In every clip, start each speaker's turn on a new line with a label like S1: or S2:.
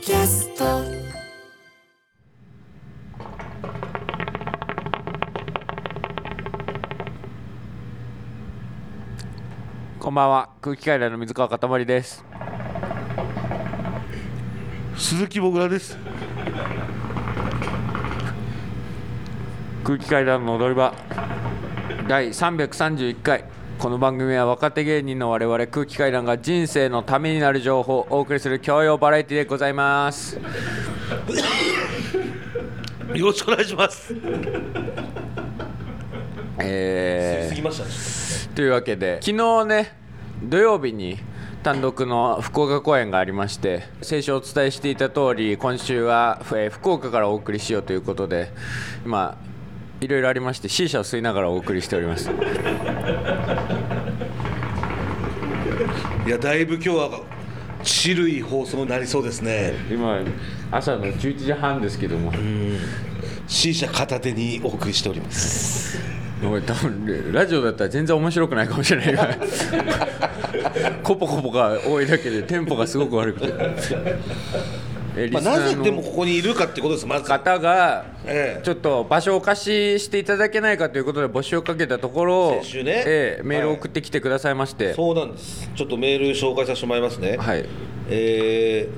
S1: キャスト
S2: こんばんは空気階段の水川かたまりです
S3: 鈴木もぐらです。
S2: 空気階段の踊り場第331回この番組は若手芸人の我々空気階段が人生のためになる情報をお送りする教養バラエティでございます
S3: よろしくお願いします。
S2: え
S3: 過ぎましたね。
S2: ー、というわけで昨日ね土曜日に単独の福岡公演がありまして先週お伝えしていた通り今週は、えー福岡からお送りしようということで今いろいろありまして C 社を吸いながらお送りしております
S3: いや、だいぶ今日は。ちるい放送になりそうですね。
S2: 今朝の11時半ですけども
S3: C 社片手にお送りしております。
S2: おい多分ラジオだったら全然面白くないかもしれない からコポコポが多いだけでテンポがすごく悪く てえリ
S3: まあ、
S2: スナ
S3: なぜ
S2: ー
S3: でも
S2: の
S3: ここにいるかってことです。まず。
S2: 方が
S3: ええ
S2: ちょっと場所をお貸ししていただけないかということで募集をかけたところ
S3: 先週ね
S2: ええメールを
S3: はい
S2: 送ってきてくださいまして、
S3: そうなんです。ちょっとメール紹介させてもらいますね。
S2: はい
S3: え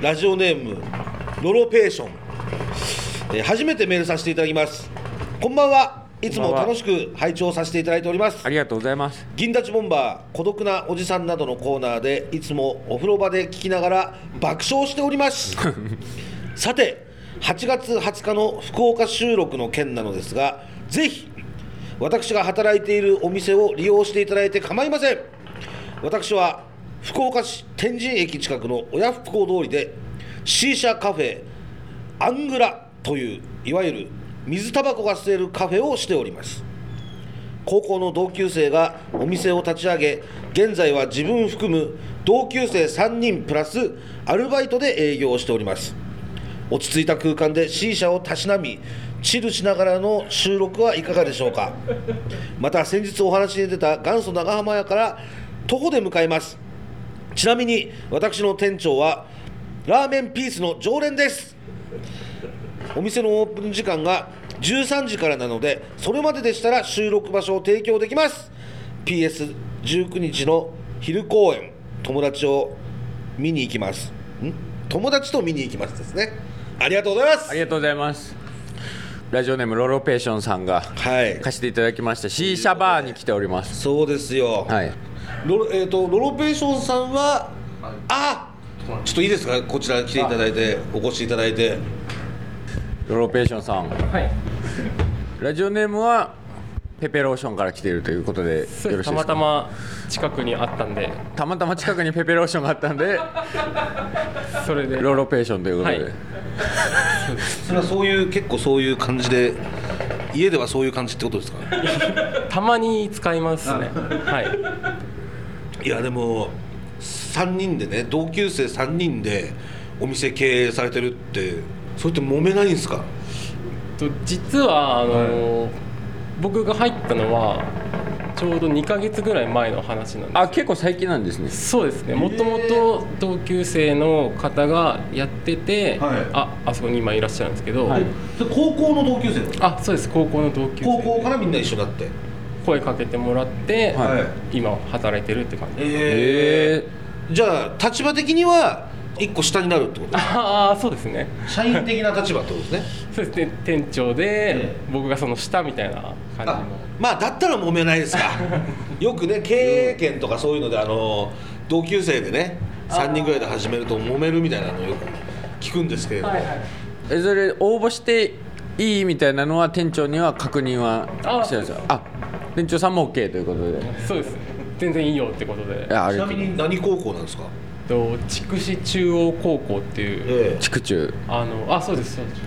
S3: ーラジオネームロロペーション、えー初めてメールさせていただきますこんばんはいつも楽しく拝聴させていただいております
S2: ありがとうございます
S3: 銀立ちボンバー孤独なおじさんなどのコーナーでいつもお風呂場で聞きながら爆笑しておりますさて8月20日の福岡収録の件なのですがぜひ私が働いているお店を利用していただいて構いません私は福岡市天神駅近くの親不孝通りでシーシャカフェアングラといういわゆる水タバコが吸えるカフェをしております高校の同級生がお店を立ち上げ現在は自分含む同級生3人プラスアルバイトで営業をしております落ち着いた空間で C 社をたしなみチルしながらの収録はいかがでしょうかまた先日お話に出た元祖長浜屋から徒歩で向かいますちなみに私の店長はラーメンピースの常連ですお店のオープン時間が13時からなのでそれまででしたら収録場所を提供できます PS19 日の昼公演友達を見に行きますん友達と見に行きますですねありがとうございま
S2: あ
S3: す
S2: りがとうございますラジオネームロロペーションさんが
S3: はい
S2: 貸していただきましたシーシャバーに来ております
S3: そうですよ、
S2: はい
S3: ロロえー、とロロペーションさんはあちょっといいですかこちら来ていただいてお越しいただいて
S2: ロロペーションさん
S4: はい、
S2: ラジオネームはペペローションから来ているということでよろしいです
S4: た
S2: か
S4: またま近くにあったんで、
S2: たまたま近くにペペローションがあったん で
S4: それで、
S2: ロロペーションということで、
S4: はい
S3: それはそういう結構そういう感じで家ではそういう感じってことですか
S4: たまに使いますね。はい、
S3: いやでも3人でね同級生3人でお店経営されてるってそれって揉めないんですか
S4: と実はあのー僕が入ったのはちょうど2ヶ月ぐらい前の話なんで
S2: あ結構最近なんですね
S4: す。そうですね。もともと同級生の方がやってて、
S3: はい
S4: ああそこに今いらっしゃるんですけど、
S2: はい
S3: それ高校の同級生だ
S4: あそうです高校の同級
S3: 高校
S4: 生
S3: からみんな一緒だって
S4: 声かけてもらって、
S2: はい
S4: 今働いてるって感じ。
S3: えー、じゃあ立場的には1個下になる ってこと
S4: ああそうですね。
S3: 社員的な立場ってことですね
S4: そうですね店長で
S3: え
S4: 僕がその下みたいな
S3: あ
S4: 感じの。
S3: まあだったら揉めないですかよくね経営権とかそういうのであの同級生でね3人ぐらいで始めると揉めるみたいなのよく聞くんですけれども、
S2: えそれ応募していいみたいなのは店長には確認は
S4: あ
S2: してるんですかあ店長さんも OK ということで
S4: そうです全然いいよってことで
S2: い、やあ
S3: ち
S2: れ
S3: なみに何高校なんですか
S4: と筑紫中央高校っていう、
S3: え
S2: 地区中
S4: あのあそうですそうです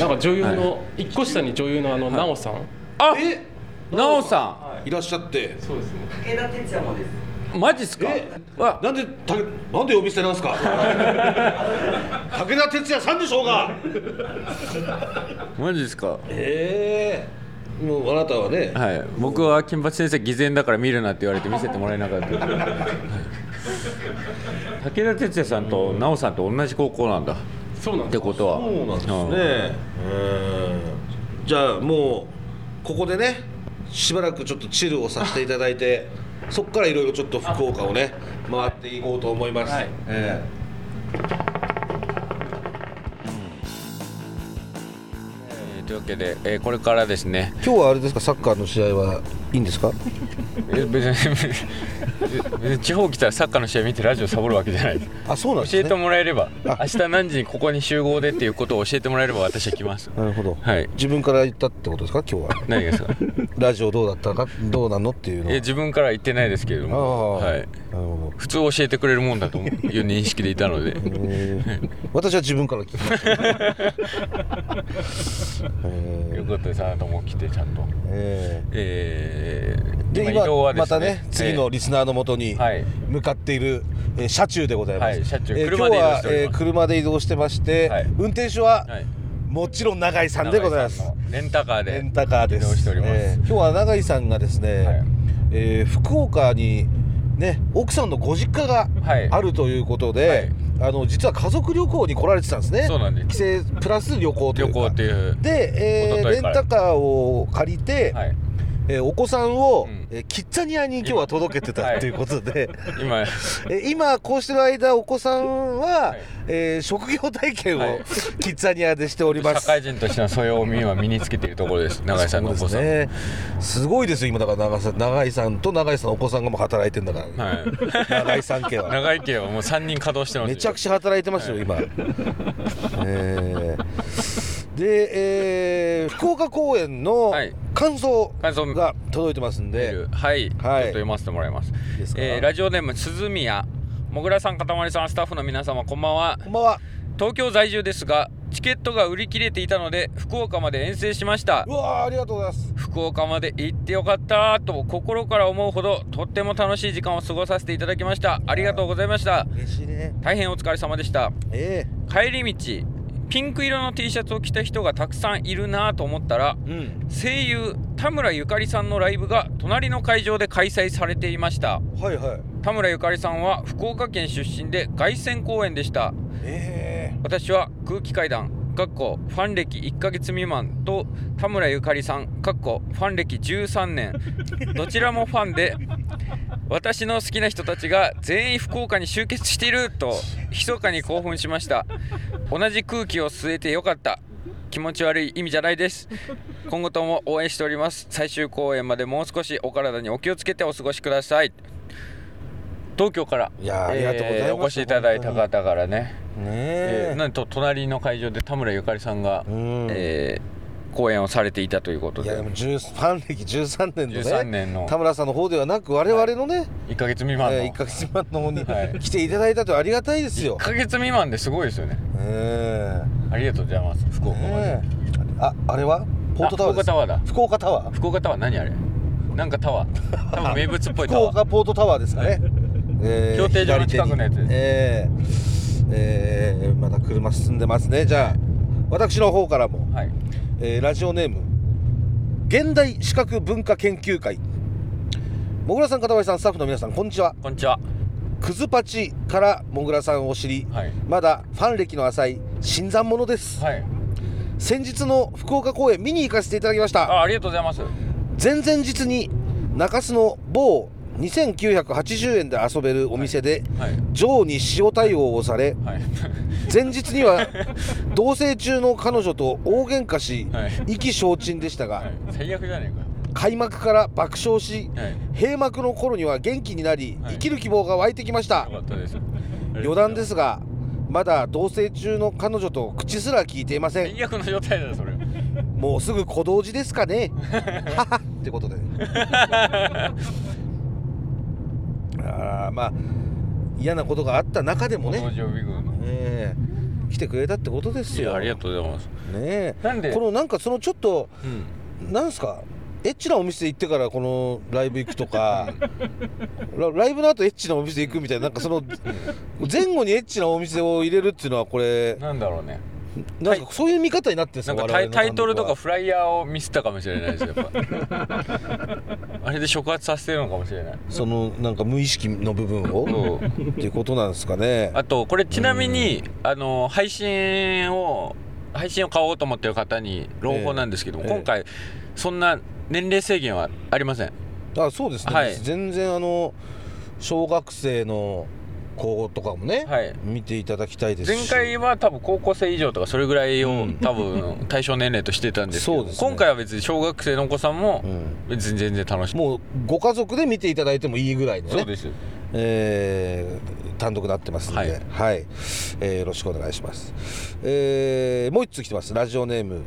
S4: なんか女優の、一個下に女優のあの奈緒、さん
S2: あ
S3: え
S2: なおさ
S3: いらっしゃって
S4: そうですね
S2: んマジっすか
S3: え
S2: わ
S3: なんでたなんで呼び捨てなんです か武田鉄矢さんでしょうが
S2: マジっすか
S3: ええもうあなたはね
S2: はい僕は金八先生偽善だから見るなって言われて見せてもらえなかった
S5: 武田鉄矢さんと奈緒さんと同じ高校なんだっ
S4: そうなんで
S5: て
S4: す
S5: ことは
S3: そうなんですね
S5: うん、
S3: うんじゃあもうここでねしばらくちょっとチルをさせていただいてそこからいろいろちょっと福岡をね回っていこうと思います、
S4: はい
S3: え
S5: えーというわけで、えーこれからですね
S3: え今日はあれですかサッカーの試合はいいんですか
S5: え別に別に地方来たらサッカーの試合見てラジオサボるわけじゃない
S3: あそうなんです
S5: 教え
S3: ね
S5: てもらえれば明日何時にここに集合でっていうことを教えてもらえれば私は来ます
S3: なるほど、
S5: はい
S3: 自分から言ったってことですか 今日は
S5: 何がですか
S3: ラジオどうだったかどうなんのっていうの
S5: え自分からは言ってないですけれど
S3: ああ
S5: も、はい、
S3: なるほ
S5: 普通教えてくれるもんだと思ういう認識でいた ので
S3: ど、えー、私は自分から聞きま した、え
S5: よ
S3: ー
S5: かったですあなたも来てちゃんと
S3: えー
S5: えー、
S3: で
S5: 移
S3: 今
S5: 動はで
S3: ますたね次の
S5: え
S3: リスナーのもとに
S5: はい
S3: 向かっている、えー車中でございます、
S5: はい車中
S3: えー
S5: 車で移
S3: 今日
S5: 動しております
S3: は、えー車で移動してまして、
S5: はい
S3: 運転手は、
S5: ーはい
S3: もちろん永井さんでございます
S5: 長井さんのレンタカーで
S3: レンタカーです
S5: 移動しております、
S3: えー今日は永井さんがですね、
S5: はい
S3: えー福岡にね奥さんのご実家が
S5: はい
S3: あるということで、あの実は家族旅行に来られてたんですね
S5: そうなんです
S3: 帰省プラス旅行とい
S5: 旅
S3: うか
S5: 行っていう
S3: で、えー
S5: 一昨
S3: レ
S5: 日
S3: ン
S5: から
S3: タカーを借りて、
S5: はい
S3: えーお子さんを、
S5: うん
S3: えーキッザニアに今日は届けてたっていうことで、
S5: 今
S3: えー今こうしてる間お子さんは、
S5: はい
S3: えー職業体験を、
S5: はい
S3: キッザニアでしております
S5: 社会人としての素養を身は身につけているところです永井さんのお子さん、
S3: そうですねすごいですよ今だから永井さん永井さんと永井さんのお子さんがもう働いてんだから、
S5: はい
S3: 永井さん家は
S5: 長井家はもう3人稼働してますよ
S3: めちゃくちゃ働いてますよ今、えーで、えー福岡公演の
S5: はい
S3: 感想
S5: 感想
S3: が届いてますんで、
S5: はい、ちょっ
S3: はい
S5: と読ませてもらいます
S3: いですか
S5: えーラジオネーム鈴宮もぐらさんかたまりさんスタッフの皆様こんばんは
S3: こんばんは
S5: 東京在住ですがチケットが売り切れていたので福岡まで遠征しました
S3: うわーありがとうございます
S5: 福岡まで行ってよかったと心から思うほどとっても楽しい時間を過ごさせていただきましたありがとうございました
S3: 嬉しいね
S5: 大変お疲れ様でした
S3: え
S5: 帰り道ピンク色の T シャツを着た人がたくさんいるなぁと思ったら
S3: えうん
S5: 声優田村ゆかりさんのライブが隣の会場で開催されていました
S3: はいはい
S5: 田村ゆかりさんは福岡県出身で凱旋公演でした
S3: え
S5: 私は空気階段かっこファン歴1ヶ月未満と田村ゆかりさんかっこファン歴13年どちらもファンで私の好きな人たちが全員福岡に集結していると密かに興奮しました同じ空気を吸えてよかった気持ち悪い意味じゃないです今後とも応援しております最終公演までもう少しお体にお気をつけてお過ごしください東京から
S3: いやーありがとうございます
S5: えーお越しいただいた方からね
S3: えね
S5: え
S3: え
S5: ーなんと隣の会場で田村ゆかりさんが、
S3: うん
S5: えー講演をされていたということ
S3: い
S5: で
S3: やでも10ファン歴13年のね
S5: 13年の
S3: 田村さんの方ではなく我々のね、
S5: 1か月未満の、
S3: えー、1か月前の方に
S5: はい
S3: 来ていただいたとありがたいですよ
S5: 1。ヶ月未満ですごいですよね
S3: え
S5: ありがとうございます福
S3: え
S5: 岡まで、
S3: ねえああれはポートタワーです
S5: あ福岡タワーだ
S3: 福岡タワー
S5: 福岡タワー何あれなんかタワー多分名物っぽい
S3: 福
S5: タワー
S3: 岡ポートタワーですかね。え
S5: 競艇場の近くのやつです
S3: 左手にええええまだ車進んでますねじゃあ私の方からも、
S5: はい
S3: えーラジオネーム現代視覚文化研究会もぐらさん片林さんスタッフの皆さんこんにちは。
S5: こんにちは
S3: クズパチからもぐらさんを知り、
S5: はい
S3: まだファン歴の浅い新参者です、
S5: はい
S3: 先日の福岡公演見に行かせていただきました
S5: あありがとうございます
S3: 前々日に中洲の某2980円で遊べるお店で、
S5: はい
S3: ジョーに塩対応をされ
S5: はい
S3: 前日に は同棲中の彼女と大喧嘩し、
S5: はい
S3: 意気消沈でしたが、
S5: はい最悪じゃね
S3: 開幕から爆笑し
S5: えかはい
S3: 閉幕の頃には元気になり、
S5: はい
S3: 生きる希望が湧いてきました、
S5: よかった です
S3: 余談ですすがまだ同棲中の彼女と口すら聞いていません
S5: 最悪の状態だよそれ
S3: もうすぐ小同時ですか ねははってことであーまあ嫌なことがあった中でも
S5: この
S3: ね、
S5: 常備軍の
S3: ええ来てくれたってことです
S5: い
S3: よ
S5: やありがとうございます
S3: ねえ
S5: なんで
S3: このなんかそのちょっと
S5: うん
S3: なんすかエッチなお店行ってからこのライブ行くと かラライブの後エッチなお店行くみたいななんかその前後にエッチなお店を入れるっていうのはこれ
S5: なんだろうね
S3: なんかそういう見方になってるんです
S5: な
S3: よ
S5: んかタ
S3: 我
S5: イ
S3: 々の
S5: タイトルと
S3: 単独
S5: か
S3: は
S5: フライヤーをミスったかもしれないですやっ ぱあれで触発させてるのかもしれない
S3: そのなんか無意識の部分
S5: そ
S3: を
S5: う
S3: っていうことなんですかね
S5: あとこれちなみにあの配信を配信を買おうと思ってる方に朗報なんですけども、
S3: ええ
S5: 今回そんな年齢制限はありません
S3: あそうですね、
S5: はい
S3: 全然あの小学生の子とかもね、
S5: はい
S3: 見ていただきたいですし
S5: 前回は多分高校生以上とかそれぐらいを多分対象年齢としてたんですけど
S3: そうですね
S5: 今回は別に小学生のお子さんも
S3: うん
S5: 別に全然楽しい、
S3: もうご家族で見ていただいてもいいぐらいの
S5: そう
S3: ね、
S5: です
S3: えー単独になってますので、は
S5: はいい
S3: えーよろしくお願いします、えーもう一つ来てますラジオネーム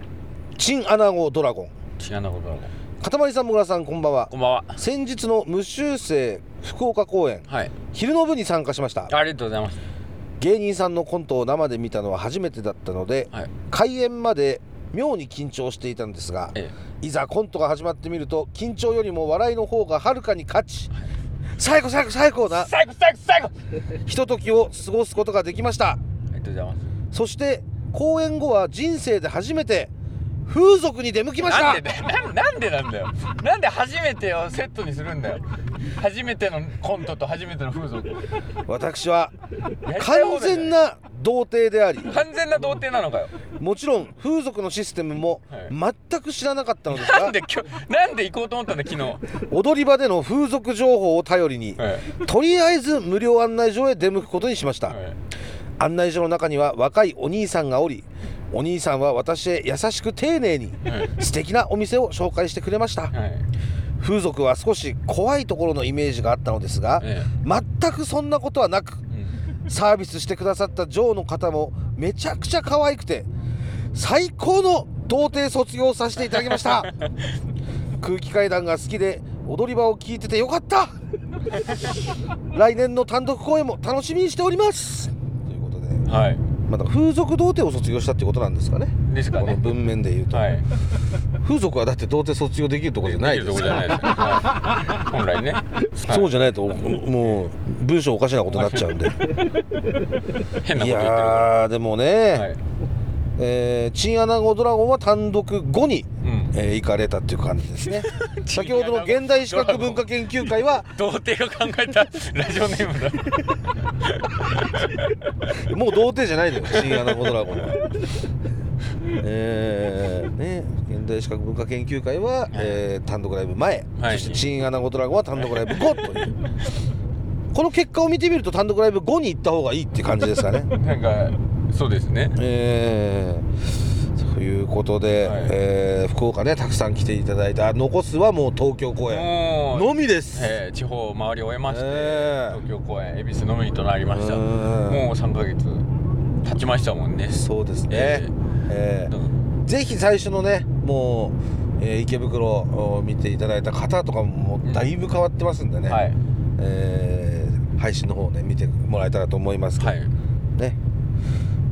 S3: チンアナゴドラゴン
S5: 違うなことなの
S3: かたまりさんもぐらさんこんばんは
S5: こんばんは
S3: 先日の無修正福岡公演
S5: はい
S3: 昼の部に参加しました
S5: ありがとうございます
S3: 芸人さんのコントを生で見たのは初めてだったので、
S5: はい
S3: 開演まで妙に緊張していたんですが
S5: え
S3: いざコントが始まってみると緊張よりも笑いの方がはるかに勝ち最高最高最高な
S5: 最後最後最後
S3: ひとときを過ごすことができました
S5: ありがとうございます
S3: そして公演後は人生で初めて風俗に出向きまし
S5: な
S3: た
S5: んでだよなんなんでなんだよなんで初めてをセットにするんだよ初めてのコントと初めての風俗
S3: 私は
S5: やりたい放
S3: 完
S5: 題
S3: 全な童貞であり
S5: 完全な童貞なのかよ
S3: もちろん風俗のシステムも全く知らなかったのですが、
S5: なんで今日なんで行こうと思ったんだ昨日
S3: 踊り場での風俗情報を頼りに、
S5: は
S3: とりあえず無料案内所へ出向くことにしました、
S5: はい
S3: 案内所の中には若いお兄さんがおりお兄さんは私へ優しく丁寧に
S5: はい
S3: 素敵なお店を紹介してくれました
S5: はい
S3: 風俗は少し怖いところのイメージがあったのですが、
S5: え
S3: 全くそんなことはなく
S5: うん
S3: サービスしてくださったジョーの方もめちゃくちゃ可愛くて最高の童貞卒業をさせていただきました 空気階段が好きで踊り場を聞いててよかった来年の単独公演も楽しみにしておりますということで、
S5: はい
S3: まあ、だから風俗童貞を卒業したってことなんですかね
S5: ですか
S3: この
S5: ね
S3: 文面で言うと、
S5: はい
S3: 風俗はだって童貞卒業できるところじゃない
S5: できる
S3: で
S5: とこ
S3: す
S5: じゃ
S3: か
S5: ないですねはい本来ね
S3: そうじゃないともう文章おかしなことになっちゃうんで
S5: 変ないこと言ってるは
S3: やーでもね、
S5: い
S3: えー、チンアナゴドラゴンは単独後に、
S5: うん
S3: えー行かれたっていう感じです ね
S5: チンアナゴ
S3: 先ほどの現代史学文化研究会は
S5: 童貞が考えたラジオネームだ
S3: もう童貞じゃないのよチンアナゴドラゴンは。えーね、現代史学文化研究会は、えー単独ライブ前、
S5: はい
S3: そしてチンアナゴドラゴンは単独ライブ後というこの結果を見てみると単独ライブ後に行った方がいいっていう感じですかね。
S5: なんかそうですね
S3: えーということで、
S5: はい
S3: えー福岡ねたくさん来ていただいた残すはもう東京公演
S5: もう
S3: のみです、
S5: えー地方を回り終えまして、
S3: ええ
S5: 東京公演恵比寿のみとなりました
S3: うん
S5: もう3ヶ月経ちましたもんね
S3: そうですね、
S5: え
S3: えーぜひ最初のねもう、えー池袋を見ていただいた方とかももうだいぶ変わってますんでね、
S5: はい
S3: えー配信の方をね見てもらえたらと思いますけど、
S5: はい
S3: ね、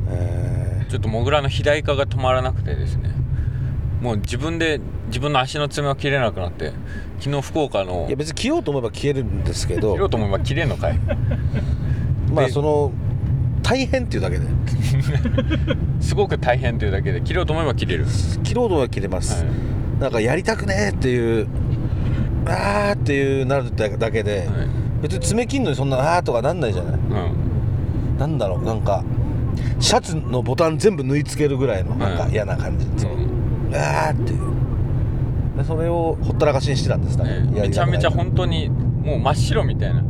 S3: え
S5: ちょっとモグラの肥大化が止まらなくてですねもう自分で自分の足の爪を切れなくなって昨日福岡
S3: ー
S5: の
S3: いや別に着ようと思えば着えるんですけ
S5: 切ろ
S3: ど
S5: うと思えば切れんのかい
S3: まあ
S5: で
S3: その大変っていうだけで。
S5: すごく大変というだけで切ろうと思えば切れる
S3: 切ろうとは切れます、
S5: は
S3: なんかやりたくねーっていうあーっていうなるだけで、
S5: はい
S3: 別に爪切んのにそんなあーとかなんないじゃない
S5: うん
S3: なんだろうなんかシャツのボタン全部縫い付けるぐらいのなんか嫌な感じ、
S5: そ
S3: そうのあーっていうでそれをほったらかしにしてたんですだから
S5: ええ
S3: や
S5: め
S3: り
S5: ち
S3: た
S5: ゃ
S3: くな
S5: め
S3: い
S5: ちゃ本当にもう真っ白みたいな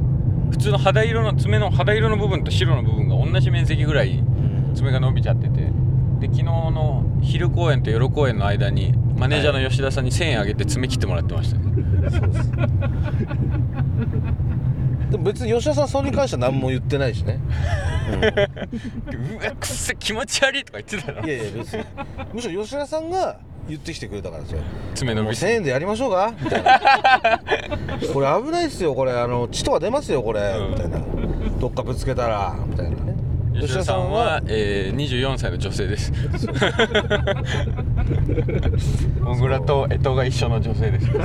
S5: 普通の肌色の爪の肌色の部分と白の部分が同じ面積ぐらい
S3: うん
S5: 爪が伸びちゃっててで昨日の昼公演と夜公演の間にマネージャーの吉田さんに1000円あげて爪切ってもらってました、ね
S3: そうですでも別に吉田さんそれに関しては何も言ってないしね、
S5: うわくっせ気持ち悪いとか言ってたの
S3: いやいや別にむしろ吉田さんが言ってきてくれたからですよ
S5: 爪伸
S3: もう
S5: び
S3: 1000円でやりましょうかみたい なこれ危ないっすよこれあの血とか出ますよこれ、
S5: うん
S3: みたいなどっかぶつけたらみたいなね
S5: 吉田さんは、えー、24歳の女性です 小倉と江戸が一緒の女性です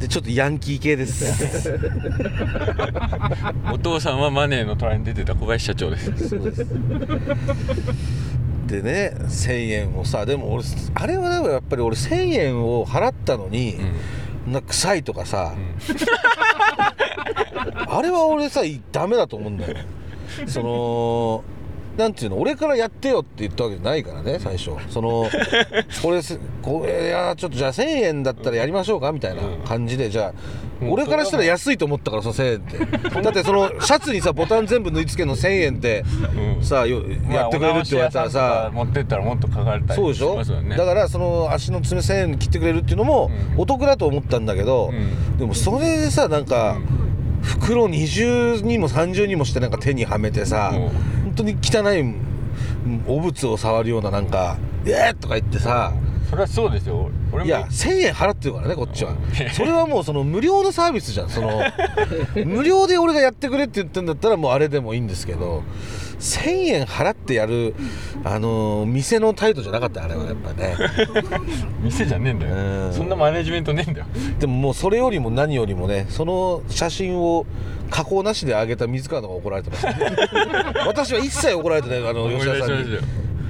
S3: でちょっとヤンキー系です
S5: お父さんはマネーの虎に出てた小林社長です
S3: でね1000円をさでも俺あれはでもやっぱり俺1000円を払ったのに、なんか臭いとかさ、 あれは俺さダメだと思うんだ よそのなんていうの俺からやってよって言ったわけじゃないからね最初その 俺すこういやちょっとじゃあ1000円だったらやりましょうかみたいな感じでじゃあ俺からしたら安いと思ったからその1000円ってだってそのシャツにさボタン全部縫い付けるの1000円ってさよやってくれるって言われたらさ
S5: 持ってったらもっとかかれたり
S3: そうでしょだからその足の爪1000円切ってくれるっていうのもお得だと思ったんだけど、
S5: う
S3: でもそれでさなんか袋20にも30にもしてなんか手にはめてさ、
S5: うん
S3: 本当に汚い汚物を触るようななんか「えー!」とか言ってさ、
S5: それはそうですよ俺
S3: いや1000円払ってるからねこっちは
S5: うん
S3: それはもうその無料のサービスじゃんそ の無料で俺がやってくれって言ってんだったらもうあれでもいいんですけど1000円払ってやるあのー店の態度じゃなかったあれはやっぱね
S5: 店じゃねえんだ
S3: う
S5: よ
S3: ん
S5: そんなマネジメントねえんだよ
S3: でももうそれよりも何よりもねその写真を加工なしで上げた水川の方が怒られてます、 私は一切怒られてないあの吉田さん
S5: 思い出しま
S3: に
S5: したよ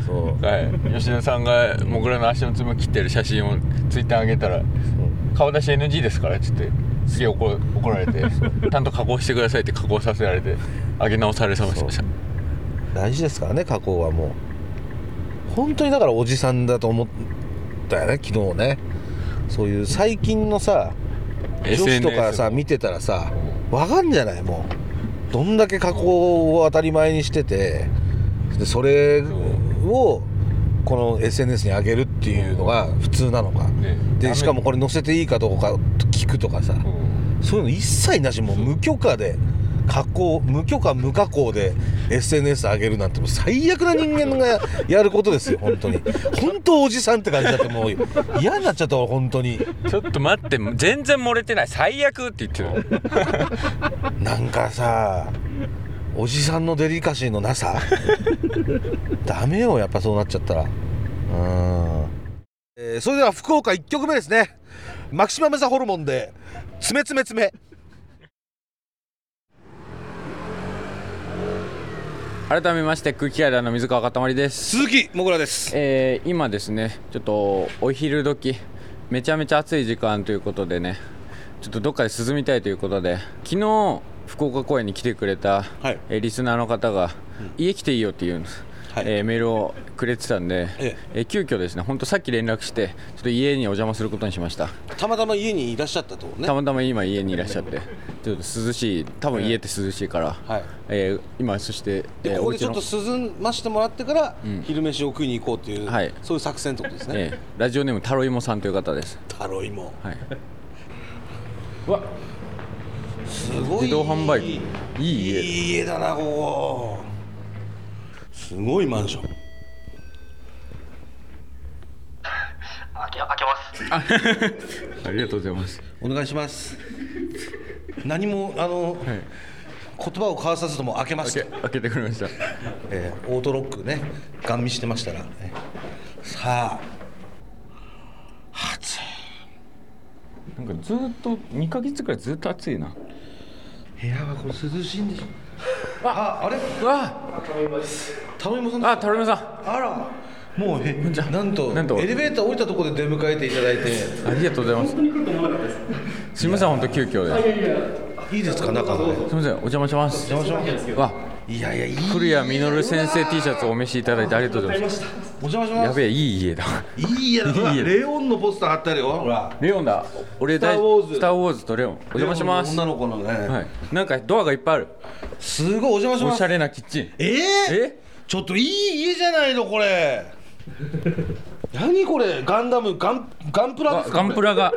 S3: そう
S5: はい、吉田さんがもぐらの足の爪を切ってる写真をツイッターに上げたら「顔出し NG ですから」っつってすげえ怒怒られてちゃんと加工してくださいって加工させられて上げ直されさましました
S3: 大事ですからね加工はもう本当にだからおじさんだと思ったよね昨日ねそういう最近のさ女子
S5: SNS
S3: とかさ見てたらさわかんじゃないもうどんだけ加工を当たり前にしててでそれをこの SNS に上げるっていうのが普通なのか、
S5: ね
S3: でしかもこれ載せていいかどうか聞くとかさ、
S5: うん
S3: そういうの一切なしもう無許可で加工無許可無加工で SNS 上げるなんてもう最悪な人間 がやることですよ本当に本当おじさんって感じだってもう嫌になっちゃったわ本当に
S5: ちょっと待って全然漏れてない最悪って言ってる
S3: なんかさおじさんのデリカシーのな さダメよやっぱそうなっちゃったらうん、えーそれでは福岡1曲目ですねマキシマムザホルモンで「つめつめつめ」
S5: 改めまして空気階段の水川かたまりです
S3: 鈴木もぐらです
S5: えー今ですねちょっとお昼時めちゃめちゃ暑い時間ということでねちょっとどっかで涼みたいということで昨日福岡公園に来てくれた、
S3: はい
S5: えーリスナーの方が、家来ていいよっていうんです、
S3: はい
S5: えーメールをくれてたんで、
S3: え
S5: えー急遽ですね本当さっき連絡してちょっと家にお邪魔することにしました
S3: たまたま家にいらっしゃったとね
S5: たまたま今家にいらっしゃってちょっと涼しい多分家って涼しいから、
S3: はい
S5: えー今そして、
S3: で
S5: えー
S3: ここ
S5: お
S3: で
S5: 家
S3: ちょっ
S5: の
S3: と涼ましてもらってから、昼飯を食いに行こうっていう、
S5: はい
S3: そういう作戦ってことですね、
S5: えーラジオネームタロイモさんという方です、
S3: タロイモ
S5: はい、
S4: うわ
S3: すごい
S5: 自動販売
S3: い
S5: 機
S3: い
S5: いい家
S3: 家だなここすごいマンション
S6: 開け開けます。
S5: ありがとうございます。
S3: お願いします何もあの、
S5: い
S3: 言葉を交わさずとも開けますと、
S5: 開けてくれました。
S3: えーオートロックねガン見してましたら、えーさあ暑い
S5: なんかずっと二ヶ月くらいずっと暑いな。
S3: 部屋はこれ涼しいんでしょああれ
S5: うわ
S3: タロイモさん
S5: あ、あ、タロミさん。
S3: あらもうえ
S5: じゃあ
S3: なんと
S5: なんと
S3: エレベーター降りたところで出迎えていただいて
S5: ありがとうございます。すみません、本当急遽で。
S3: いいですか中の
S5: すみません、お邪魔します。
S3: 邪魔します
S5: わ、
S3: いやいやいい
S5: 古谷実先生 T シャツをお召しいただいてありがとうございます。
S3: お邪魔し
S5: や
S3: ます
S5: べえ、いい家だ。
S3: いい家だほら
S5: いい家だ
S3: レオンのポスター貼ってあるよほら
S5: レオンだ。俺
S3: スタ
S5: 大
S3: ーウォーズ
S5: スターウォーズとレオン。お邪魔します。
S3: レオンの女の子のね、
S5: はい。なんかドアがいっぱいある。
S3: すごいお邪魔し
S5: お
S3: ま
S5: し
S3: す
S5: ゃれなキッチン。
S3: えー、
S5: え？
S3: ちょっといい家じゃないのこれ 何これガンダムガンガンプラで
S5: あ、
S3: すか
S5: ガンプラが、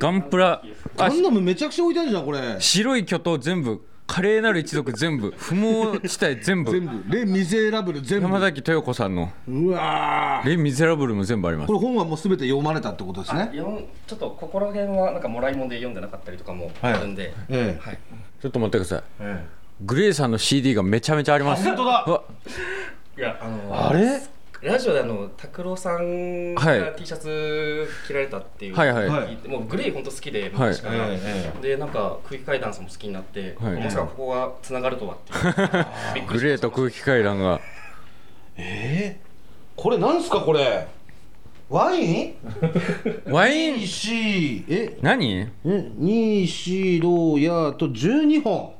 S5: ガンプラ。
S3: これ
S5: あ
S3: ガ、ンダムめちゃくちゃ置いてあるじゃんこれ
S5: 白い巨頭全部、華麗なる一族全部、不毛地帯全部。
S3: 全部レ・ミゼラブル全部
S5: 山崎豊子さんの
S3: うわ
S5: 「
S3: ー
S5: レ・ミゼラブル」も全部あります
S3: これ本はもう全て読まれたってことですね
S6: 読んちょっとここら辺はなんかもらいもんで読んでなかったりとかもあるんで、
S3: ええ
S6: はい。
S5: ちょっと待ってくださいグレイさんの CD がめちゃめちゃあります
S3: 本当だ
S5: うわ
S6: いやあの
S3: あれ
S6: ラジオであの拓郎さん
S5: は
S6: が
S5: い
S6: T シャツ着られたっていう、
S5: はいはい
S6: 聞てもうグレー本当好きで昔から、
S3: はいえ
S6: でなんか空気階段さんも好きになって、
S5: はい
S6: まさかここがつながるとはっていうびっくり
S5: グ
S6: し
S5: レ
S6: ま
S5: ー
S6: した
S5: と空気階段が
S3: えー、これなんすかこれワイン
S5: ワイン
S3: ?24 え
S5: 何
S3: 2、4、6、やと12本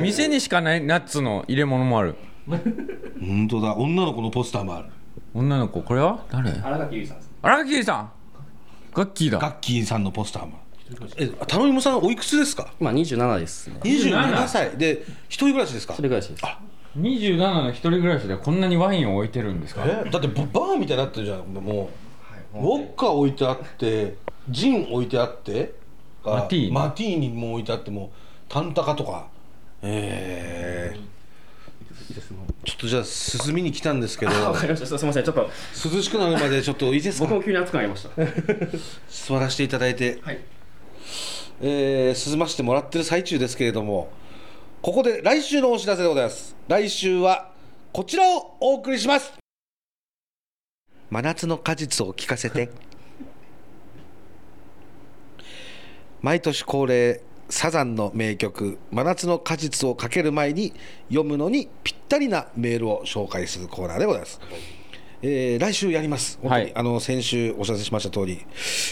S5: 店にしかないナッツの入れ物もある
S3: 本当だ女の子のポスターもある
S5: 女の子これは誰
S6: 荒垣結衣さんです
S5: 荒木さんガッキー
S3: ガ
S5: だ
S3: ッキーさんのポスターもえ頼みもさんおいくつですか
S7: 今27ですね
S3: 27歳で一人暮らしですか
S7: それぐらいです
S5: 27の一人暮らしでこんなにワインを置いてるんですか
S3: えだってババーみたいになってるじゃんもうウォッカ置いてあってジン置いてあってあ
S5: マティーニ
S3: マティーニも置いてあってもうタンタカとかええちょっとじゃあ涼みに来たんですけど
S6: あわかりましたすみませんちょっと
S3: 涼しくなるまでちょっといいです
S6: 僕
S3: か
S6: も急に熱くなりました
S3: 座らせていただいて、
S6: はい
S3: えー、涼ましてもらってる最中ですけれどもここで来週のお知らせでございます来週はこちらをお送りします真夏の果実を聞かせて毎年恒例サザンの名曲「真夏の果実」をかける前に読むのにぴったりなメールを紹介するコーナーでございます、えー来週やります本当に、
S5: はい
S3: あの先週お知らせしました通り、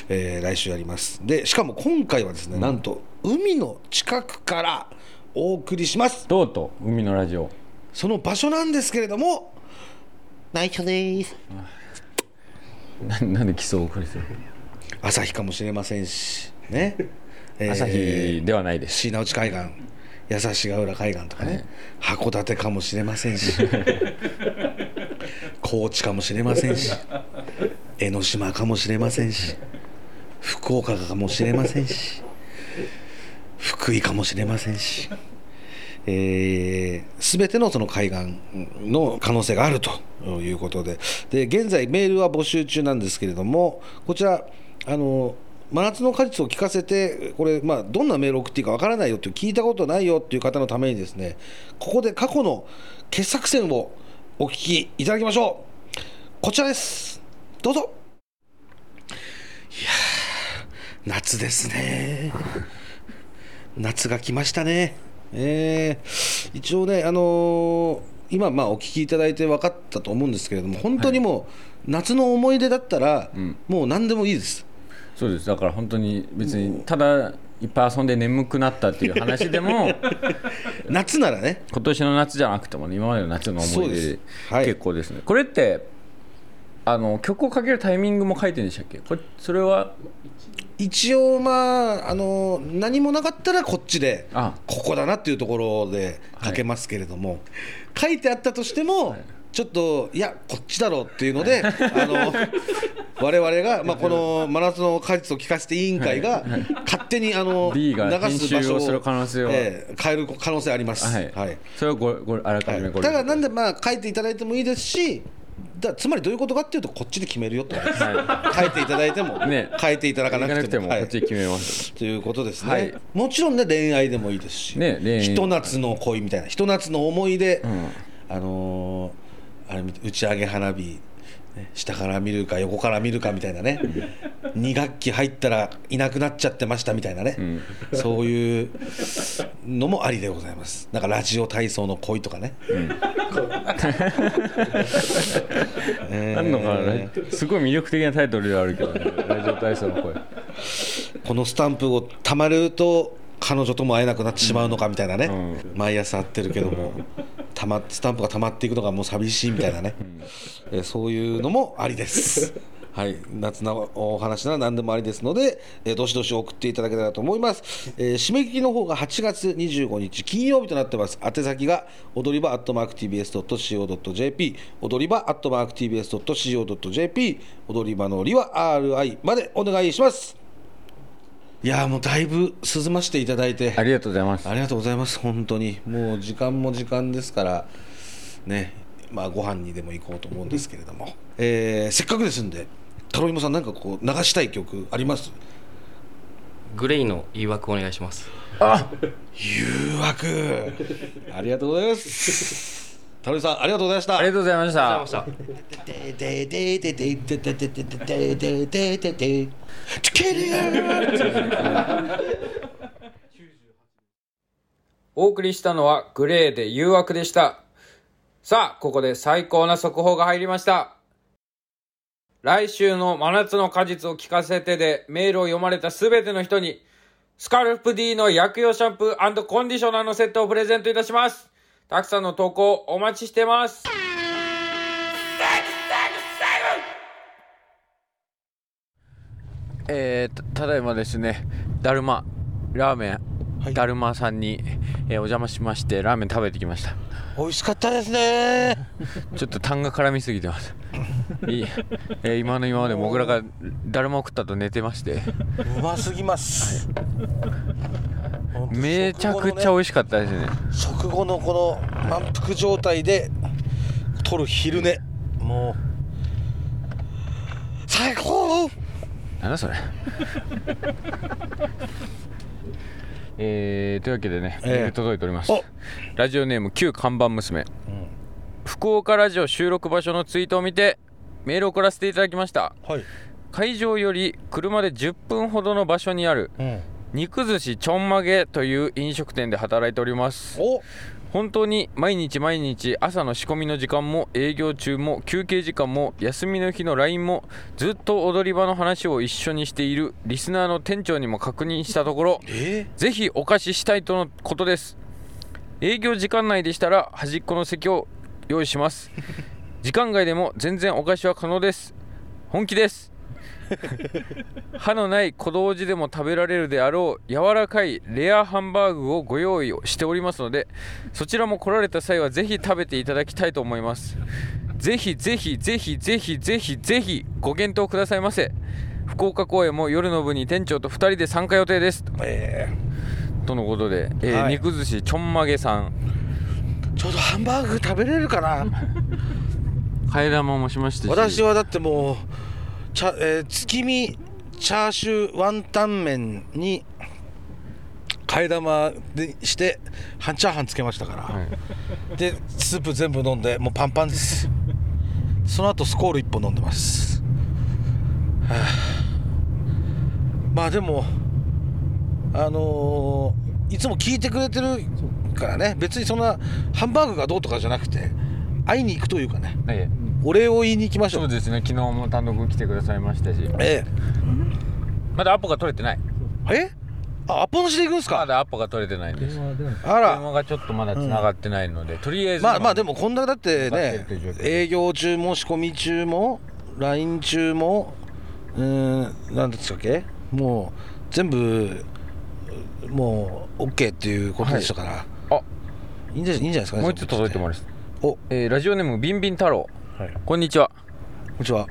S3: えー来週やりますでしかも今回はですね、なんと海の近くからお送りします
S5: とうとう海のラジオ
S3: その場所なんですけれども内緒です
S5: ななんで基礎を送りする
S3: 朝日かもしれませんしね、えー
S5: 朝日ではないです
S3: 椎名内海岸優しが浦海岸とかね、函館かもしれませんし 高知かもしれませんし江ノ島かもしれませんし福岡かもしれませんし福井かもしれませんし、えー、全てのその海岸の可能性があるということでで現在メールは募集中なんですけれどもこちらあの真夏の果実を聞かせてこれ、まあ、どんなメールを送っていいかわからないよっていう聞いたことないよっていう方のためにですねここで過去の傑作選をお聞きいただきましょうこちらですどうぞいやー夏ですね夏が来ましたね。えー一応ね、あのー今、まあ、お聞きいただいて分かったと思うんですけれども、本当にもう、夏の思い出だったら、もう何でもいいです。
S5: そうですだから本当に別にただいっぱい遊んで眠くなったっていう話でも
S3: 夏ならね、
S5: 今年の夏じゃなくてもね今までの夏の思い出
S3: そう
S5: で
S3: ですはい
S5: 結構ですね、これってあの曲をかけるタイミングも書いてるんでしたっけこれそれは
S3: 一応、まああのー何もなかったらこっちで、
S5: あ
S3: ここだなっていうところで書けますけれども、書いてあったとしても、ちょっといやこっちだろうっていうので、あの我々が、まあ、この「真夏の果実を聞かせて委員会が」勝手にあの
S5: D が
S3: 流す場
S5: 編集
S3: 所
S5: をする可能性は
S3: ええ変える可能性あります。
S5: はい、
S3: はい
S5: それをごごあらかじめ
S3: は
S5: ご
S3: い、た
S5: 了承
S3: だなんでまあ書いていただいてもいいですしだつまりどういうことかっていうとこっちで決めるよってこと です
S5: は
S3: 書いていただいても、
S5: ね
S3: 書いていただか
S5: い、行
S3: な
S5: かなく
S3: く
S5: て
S3: て
S5: も
S3: も、
S5: こ
S3: はい
S5: っちで決めます、
S3: ということですね、
S5: はい
S3: もちろんね恋愛でもいいですし、
S5: ね恋愛
S3: ひと夏の恋みたいなひと夏の思い出、
S5: ん
S3: あのーあれ見て打ち上げ花火ね下から見るか横から見るかみたいなね2学期入ったらいなくなっちゃってましたみたいなね、そういうのもありでございますなんかラジオ体操の恋と かね、えー
S5: なんのかなすごい魅力的なタイトルではあるけど、ね、ラジオ体操の声
S3: このスタンプを貯まると彼女とも会えなくなってしまうのかみたいなね、毎朝会ってるけどもたまスタンプが溜まっていくのがもう寂しいみたいなね、えーそういうのもあり です。はい、夏のお話なら何でもありですので、えーどしどし送っていただけたらと思います、えー締め切りの方が8月25日金曜日となってます宛先が踊り場 atmarktbs.co.jp 踊り場 atmarktbs.co.jp 踊り場のりは RI までお願いしますいやーもうだいぶ涼ましていただいて
S5: ありがとうございます
S3: ありがとうございます本当にもう時間も時間ですからねまあご飯にでも行こうと思うんですけれども、えーせっかくですんでタロイモさんなんかこう流したい曲あります
S7: グレイの誘惑お願いします
S3: 誘惑ありがとうございます田辺さんありがとうございました
S5: ありがとうございました
S3: ででででででででででででででチキリー
S2: お送りしたのはグレーで誘惑でした。さあ、ここで最高な速報が入りました。来週の真夏の果実を聞かせてでメールを読まれたすべての人に、スカルプ D の薬用シャンプーコンディショナーのセットをプレゼントいたします。たくさんの投稿お待ちしてます。
S5: えーたただいまですねだるまラーメン、だるまさんに、えーお邪魔しましてラーメン食べてきました
S3: 美味しかったですね
S5: ちょっと痰が絡みすぎてますいいえー今の今までもぐらがだるまを食ったと寝てま して
S3: うますぎます
S5: めちゃくちゃ美味しかったですね
S3: 食後のこの満腹状態で取る昼寝もう最高
S5: なんだそれ えー、というわけでね、
S3: ええ
S5: メール届いております
S3: お
S5: ラジオネーム旧看板娘、福岡ラジオ収録場所のツイートを見てメールを送らせていただきました
S3: はい、
S5: 会場より車で10分ほどの場所にある
S3: うん、
S5: 肉寿司ちょんまげという飲食店で働いております
S3: お
S5: 本当に毎日毎日朝の仕込みの時間も営業中も休憩時間も休みの日の LINE もずっと踊り場の話を一緒にしているリスナーの店長にも確認したところ
S3: え
S5: ぜひお貸ししたいとのことです営業時間内でしたら端っこの席を用意します時間外でも全然お貸しは可能です本気です歯のない小道寺でも食べられるであろう柔らかいレアハンバーグをご用意をしておりますのでそちらも来られた際はぜひ食べていただきたいと思いますぜひぜひぜひぜひぜひぜひご検討くださいませ福岡公演も夜の部に店長と2人で参加予定です
S3: え
S5: とのことで、えー
S3: はい
S5: 肉寿司ちょんまげさん
S3: ー、ちょうどハンバーグ食べれるかな
S5: 替え玉もしましたし
S3: 私はだってもうちゃ、えー、月見チャーシューワンタン麺に替え玉でして半チャーハンつけましたから、
S5: はい
S3: でスープ全部飲んでもうパンパンですその後スコール1本飲んでます、はあまあでもあのーいつも聞いてくれてるからね別にそんなハンバーグがどうとかじゃなくて会いに行くというかね
S5: ええ
S3: お礼を言いに行きましょ
S5: そううですね昨日も単独来てくださいましたし
S3: え
S5: まだアポが取れてない
S3: ええあアポなしで行くんです
S5: ま
S3: か
S5: だアポが取れてないんです電
S3: あら
S5: 話がちょっとまだ繋がってないので、とりあえず
S3: まあまあでもこんだけだって
S5: 待ってるとい
S3: ね
S5: う状況
S3: 営業中も仕込み中も LINE 中もうーん何でしたっけもう全部もう OK っていうことでしたから、
S5: あ
S3: い、いんじゃいいんじゃないですかね
S5: もう一つ届いてもらいます
S3: おこ
S5: えーラジオネームビンビン太郎、こんにちは
S3: んにちは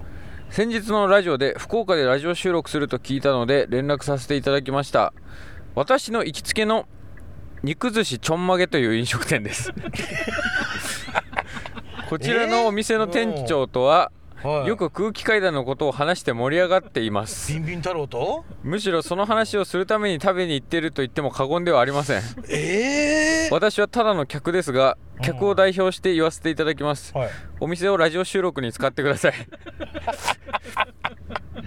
S5: 先日のラジオで福岡でラジオ収録すると聞いたので連絡させていただきました私の行きつけの肉寿司ちょんまげという飲食店です こちらのお店の店長とは、
S3: はい
S5: よく空気階段のことを話して盛り上がっています
S3: ビンビン太郎と
S5: むしろその話をするために食べに行っていると言っても過言ではありません
S3: ええ
S5: 私はただの客ですが客を代表して言わせていただきます、
S3: はい
S5: お店をラジオ収録に使って ください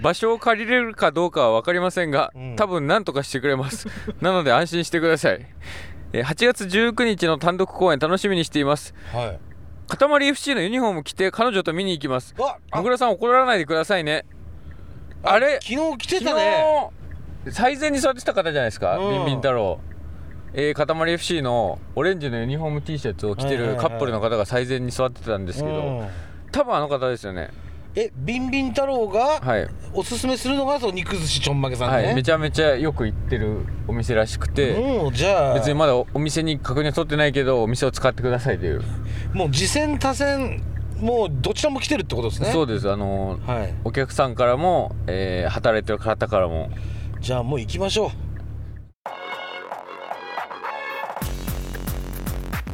S5: 場所を借りれるかどうかは分かりませんが、多分何とかしてくれますなので安心してくださいえー8月19日の単独公演楽しみにしています
S3: はい
S5: 塊 FC のユニフォーム着て彼女と見に行きます
S3: わあ
S5: もぐらさん怒らないでくださいねあれ
S3: 昨日来て
S5: 昨
S3: たね
S5: 日最前に座ってた方じゃないですか、
S3: うん
S5: ビンビン太郎えー、塊 FC のオレンジのユニフォーム T シャツを着て
S3: はいはい
S5: る
S3: はい
S5: カップルの方が最前に座ってたんですけど、
S3: うん
S5: 多分あの方ですよね
S3: えビンビン太郎が
S5: はい、
S3: おすすめするのがその肉寿司ちょんまげさんね、
S5: はい、めちゃめちゃよく行ってるお店らしくて、
S3: もうじゃあ
S5: 別にまだお店に確認は取ってないけどお店を使ってくださいという、
S3: もう次戦他戦もうどちらも来てるってことですね
S5: そうですあのー
S3: はい
S5: お客さんからも、えー働いてる方からも
S3: じゃあもう行きましょう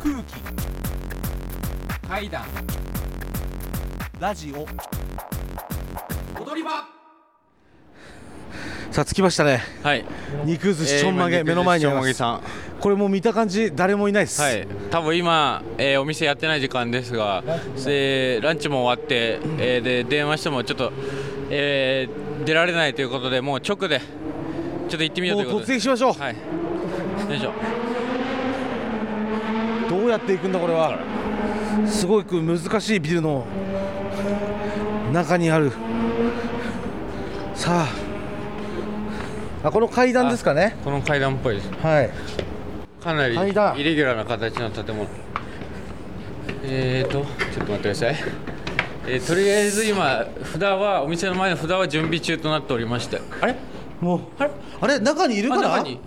S3: 空気階段ラジオ踊り場さあ着きましたね
S5: はい
S3: 肉寿司ちょんまげ目の前にあります
S5: さん
S3: これもう見た感じ誰もいないです、
S5: はい、多分今、えーお店やってない時間ですがでランチも終わって、えーで電話してもちょっと、えー出られないということでもう直でちょっと行ってみよう
S3: も
S5: と
S3: う
S5: いうこと
S3: 突
S5: で
S3: 撃しましょう、
S5: はいよいしょ
S3: どうやって行くんだこれはすごく難しいビルの中にあるさああこの階段ですかね
S5: この階段っぽいです
S3: はい
S5: かなりイレ
S3: 階
S5: ギ
S3: 段
S5: ュラーな形の建物えーとちょっと待ってくださいえーとりあえず今札はお店の前の札は準備中となっておりましてあれ
S3: もうあれ中にいる
S5: あ
S3: か
S5: 中
S3: ら
S5: に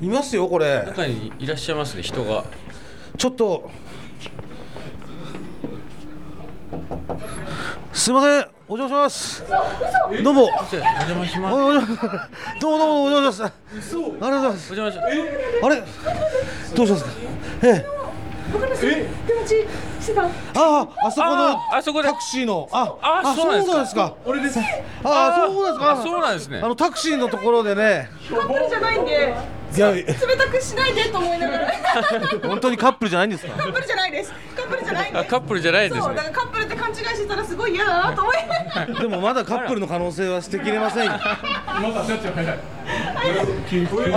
S3: いますよこれ
S5: 中にいらっしゃいますね人が
S3: ちょっとすいませんお邪魔しますどうも
S5: お邪魔します
S3: おお邪魔どうもどうもお邪魔しますありがとうございます
S5: お邪魔します
S3: あれどうしたんですかええ
S8: 僕の手持ちしてた
S3: ああ、あそこ
S5: あーあそこ
S3: の
S5: で
S3: タクシーのあ、
S5: あーそうなんですか
S3: か。俺です。ああ、そうなんですか。
S5: あそうなんですね
S3: あのタクシーのところでね、
S8: カップルじゃないんで
S3: いや、
S8: 冷たくしないでと思いながら
S3: 本当にカップルじゃないんですか。
S8: カップルじゃないですカップルじゃないんで
S5: あカップルじゃないんです
S8: そうだ
S5: ね
S8: からカップルって勘違いしてたらすごい嫌だなと思いながら
S3: でもまだカップルの可能性は捨てきれませんよ。あ、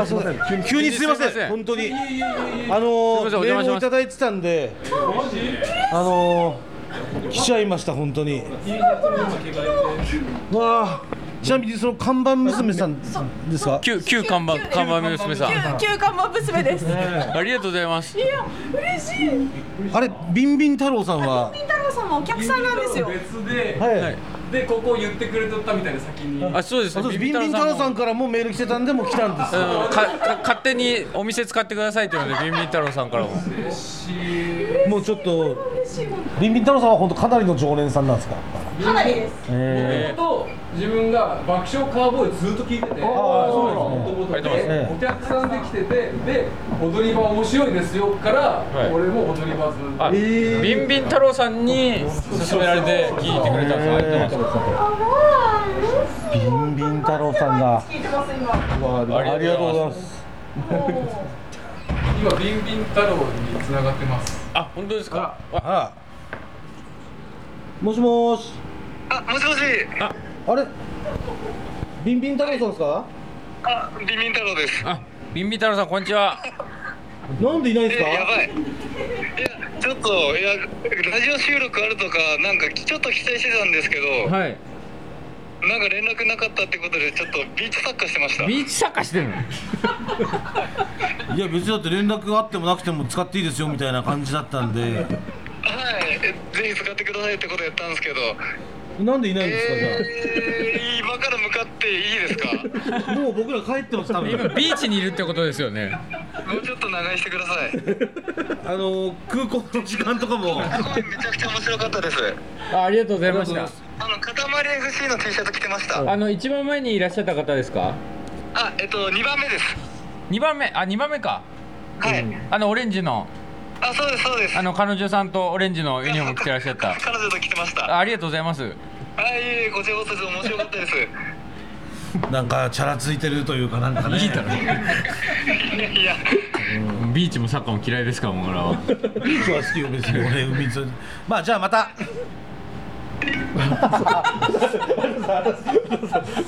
S3: そうだ。急にすいませ
S5: 急にすいません
S3: ん。本当に。あ
S5: すいま
S3: の
S5: せんお
S3: ー、メ
S5: 邪魔し
S3: ール
S5: ます
S3: をいただいてたんで。あのー、来ちゃいました本当に。わあ、ちなみにその看板娘さんですか。
S5: 旧旧看板看板娘さん
S8: 旧看板娘ですい
S5: ありがとうございます
S8: や嬉しい
S3: あれ、ビンビン太郎さんは。
S8: 金太郎さんもお客さんなんですよ
S3: はい。
S4: でここ言ってくれとったみたいな先に
S5: あそうです
S3: あとビンビン
S5: も
S3: 太郎さんからもメール来てたんでもう来たんですよ。
S5: うんかか勝手にお店使ってくださいっていうのでビンビン太郎さんからも
S3: もうちょっと
S8: 嬉しい本
S3: ビンビン太郎さんは本当かなりの常連さんなんですか。
S8: 当かなりです
S4: と自分が爆笑カーボーイずっと聞いてて
S3: ああそうなんですねえ
S4: 元々で
S3: え
S4: お客さんで来ててで踊り場面白いですよから、
S5: い
S4: 俺も踊り場ずっと
S5: あビンビン太郎さんに勧められて聞いてくれたんですありがとうございます
S8: あら嬉しい
S3: ビンビン太郎さんが
S8: 聞いてます今
S3: ありがとうございます。
S8: も
S4: 今ビンビン太郎に繋がってます
S5: あ本当ですか
S3: ああ。もしもーし。
S9: あ、もしもし。
S3: あれ。ビンビン太郎さんですか。
S9: あ、ビビン太郎です。
S5: あビンビン太郎さんこんにちは
S3: なんでいないんで
S9: え、
S3: すか。
S9: やばい。いや、ちょっと、いや、ラジオ収録あるとか、なんか、ちょっと期待してたんですけど、
S5: はい
S9: なんか連絡なかったってことで、ちょっとビーチサッカーしてました。
S5: ビーチサッカーしてるの
S3: いや別にだって連絡があってもなくても使っていいですよみたいな感じだったんで。
S9: はい、えぜひ使ってくださいってことやったんですけど。
S3: なんでいないんですかじゃあ。
S9: えー、今から向かっていいですか。
S3: もう僕ら帰ってます多
S5: 今
S3: 分
S5: ビーチにいるってことですよね
S9: もうちょっと長居してください。
S3: あのー、空港の時間とかも
S9: ごめんめちゃくちゃ面白かったです。
S5: あありがとうございました
S9: あの、塊 FC の T シャツ着てました。
S5: あの一番前にいらっしゃった方ですか
S9: あ、えっと、二番目です。
S5: 二番目あ二番目か
S9: はい。
S5: あのオレンジの
S9: あ、そうです、そうです。
S5: あの彼女さんとオレンジのユニフォーム着てらっしゃった
S9: 彼女と来てました。
S5: あありがとうございます
S9: はい、いえいえこちらこそです面白かったです。
S3: なんかチャラついてるというかなんかね
S5: いいだろ
S9: いや、
S5: ビーチもサッカーも嫌いですからもう俺は
S3: ビーチは好きよ別に俺海沿いまあじゃあまた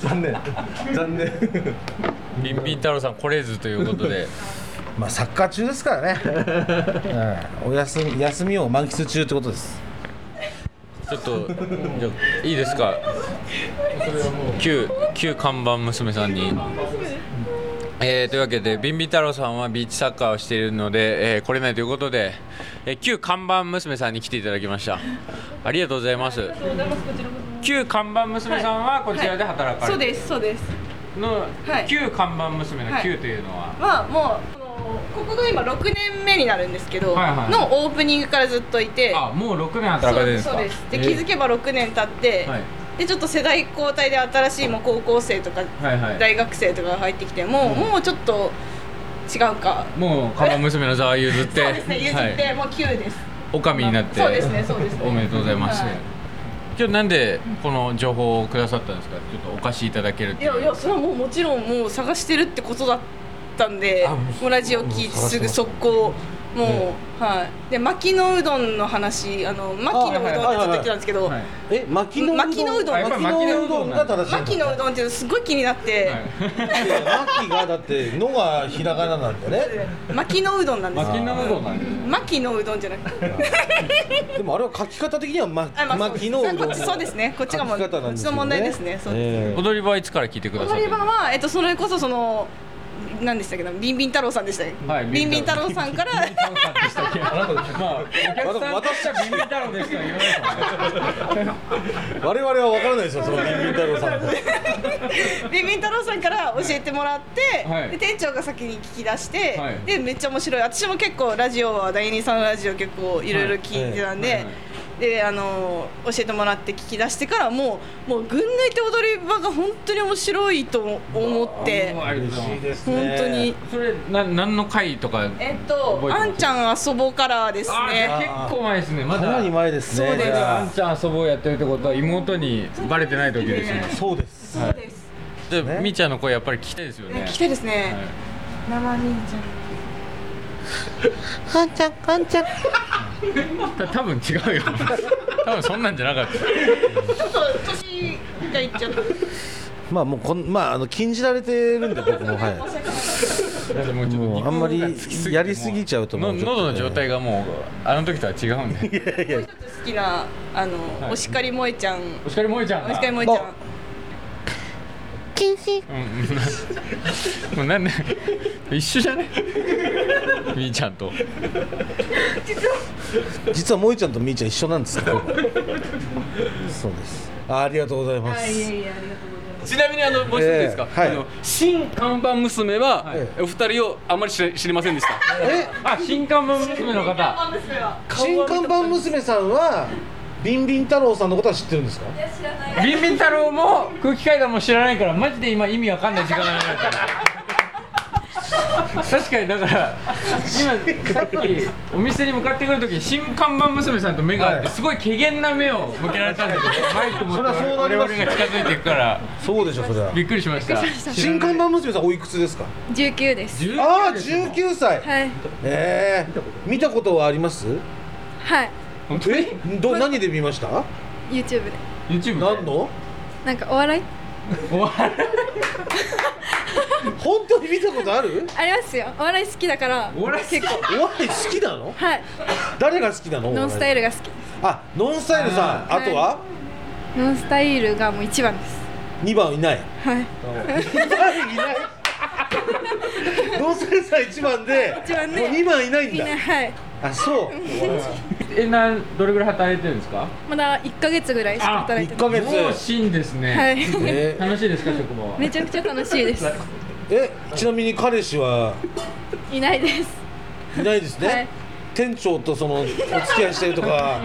S3: 残念残念
S5: ビンビン太郎さん来れずということで
S3: まあサッカー中ですからね、うん、お休み休みを満喫中ってことです
S5: ちょっとじゃあいいですか旧旧看板娘さんにえー、というわけでビンビン太郎さんはビーチサッカーをしているので、えー来れないということで、えー旧看板娘さんに来ていただきましたありがとうございます
S8: うございますこちらこ
S5: 旧看板娘さんはこちらで働か
S8: そ
S5: れ
S8: そう
S5: てる
S8: ですそうです
S5: の
S8: はい
S5: 旧看板娘の
S8: はい
S5: 旧というのは、
S8: はもうこのここが今6年目になるんですけど、
S5: はいはい
S8: のオープニングからずっといて
S5: あもう6年
S8: そう
S5: 働かれてるんですか
S8: そうですで気づけば6年経って、
S5: はい
S8: でちょっと世代交代で新しいもう高校生とか、
S5: はいはい
S8: 大学生とかが入ってきてもう、もうちょっと違うか
S5: もう看板娘の座を譲って
S8: そうですね譲って、
S5: はい、
S8: もう9です
S5: お上になって
S8: そうですねそうですね
S5: おめでとうございます、
S8: はい
S5: 今日なんでこの情報をくださったんですかちょっとお貸しいただけるっ
S8: い
S5: ていう
S8: やいやそれはもうもちろんもう探してるってことだったんで
S10: あも
S8: もうラジオ聞いてすぐ速攻もう、はいで巻きのうどんの話あの巻きのうどんってちょっと言ってたんですけど
S3: え巻きのうどん
S8: 巻きのうどん
S3: 巻きのうどんが正しい
S8: 巻きのうどんっていうのすごい気になって、
S3: 巻きがだってのがひらがななんでね
S8: 巻きのうどんなんですよ
S3: のうどんなん
S8: 巻きのうどんじゃなくて
S3: でもあれは書き方的には巻
S8: あまあ
S3: 巻きのうどん
S8: こっちそうですねこっちがもう
S3: 書き方なん
S8: こっ
S3: で
S8: ち
S3: すよ
S8: の
S3: ね
S8: 問題ですねそうです
S3: ええ
S5: 踊り場はいつから聞いてくださ
S8: 踊
S5: って
S8: り
S5: る
S8: 場は、えっと、それこそその何でしたっけなビンビン太郎さんでしたっけ、
S5: はい
S8: ビンビン太郎さんから
S3: 私たちビンビン太郎ですから言わない
S11: 我々は分からないですよそのビンビン太郎さん
S8: ビンビン太郎さんから教えてもらって、
S11: はい
S8: で店長が先に聞き出して、
S11: はい
S8: でめっちゃ面白い私も結構ラジオは第二さんのラジオ結構いろいろ聞いてたんで、であの教えてもらって聞き出してからもうもう群抜いて踊り場が本当に面白いと思って本当に
S5: それな何の回とか
S8: えっと「あ
S5: 覚えてます
S8: んちゃん遊ぼう」からですね
S5: 結構前ですねまだ
S8: かなり
S3: 前です
S8: ねそうですじゃあ
S5: あんちゃん遊ぼうやってるってことは妹にバレてない時ですね
S3: そうです
S5: そうですじゃあみーちゃんの声やっぱり聞きたいですよね
S8: ね聞きたいですね生みーちゃん
S5: あんちゃんあんちゃん多分違 うよ多分そんなんじゃなかった
S8: ちょっと年がいっちゃった
S3: まあもうこんまああの禁じられてるんで僕もはいもうあんまりやりすぎちゃうとも
S5: の
S3: うちょっと
S5: 喉の状態がもうあの時とは違うんで
S8: 好きなあの、
S5: はい
S8: おしかり萌えちゃん
S5: おしかり萌えちゃんだ
S8: おしかり萌えちゃん禁止
S5: うんもうなんで一緒じ ゃねみーちゃんと
S3: 実は萌ちゃんとみーちゃん一緒なんですけどそうですあありがとうございます
S8: いやいや
S10: ちなみにあのもう一ついいですか、
S3: ええはい
S10: あの新看板娘は、お二人をあまり知知りませんでした。
S3: え
S10: あ新看板娘の方。
S3: 新看板娘さんはビンビン太郎さんのことは知ってるんですか
S10: ビンビン太郎も空気階段も知らないからマジで今意味わかんない時間が流れた確かにだから今さっきお店に向かってくる時新看板娘さんと目があってすごい怪げな目を向けられたんだけどマイク持って我々が近づいていくから
S3: そうでしょそれは
S10: びっくりしました
S3: 新看板娘さんおいくつですか
S1: 19です
S3: ああ19歳
S1: はい
S3: ええ見たことはあります
S1: はい
S3: えど何で見ました
S1: YouTube で
S3: YouTube 何の
S1: なんかお笑い
S3: 本当に見たことある
S1: ありますよお笑い好きだから結構
S3: お笑い好きなの
S1: はい
S3: 誰が好きなの
S1: ノンスタイルが好き
S3: あノンスタイルさんあ
S1: ー
S3: とは
S1: ノンスタイルがもう一番です
S3: 2番いない
S1: はい
S3: ノンスタイルさん1番で
S1: 一番ね
S3: もう2番いないん
S1: みん
S3: だ
S1: なはい
S3: あそう
S10: えなんどれぐらい働いてるんですか
S1: まだ1ヶ月ぐらいしか働いてない
S10: もう新ですね、
S1: はい
S10: えー楽しいですか職場は
S1: めちゃくちゃ楽しいです
S3: えちなみに彼氏はい
S1: ないです
S3: いないですね、
S1: はい
S3: 店長とそのお付き合いしてる とか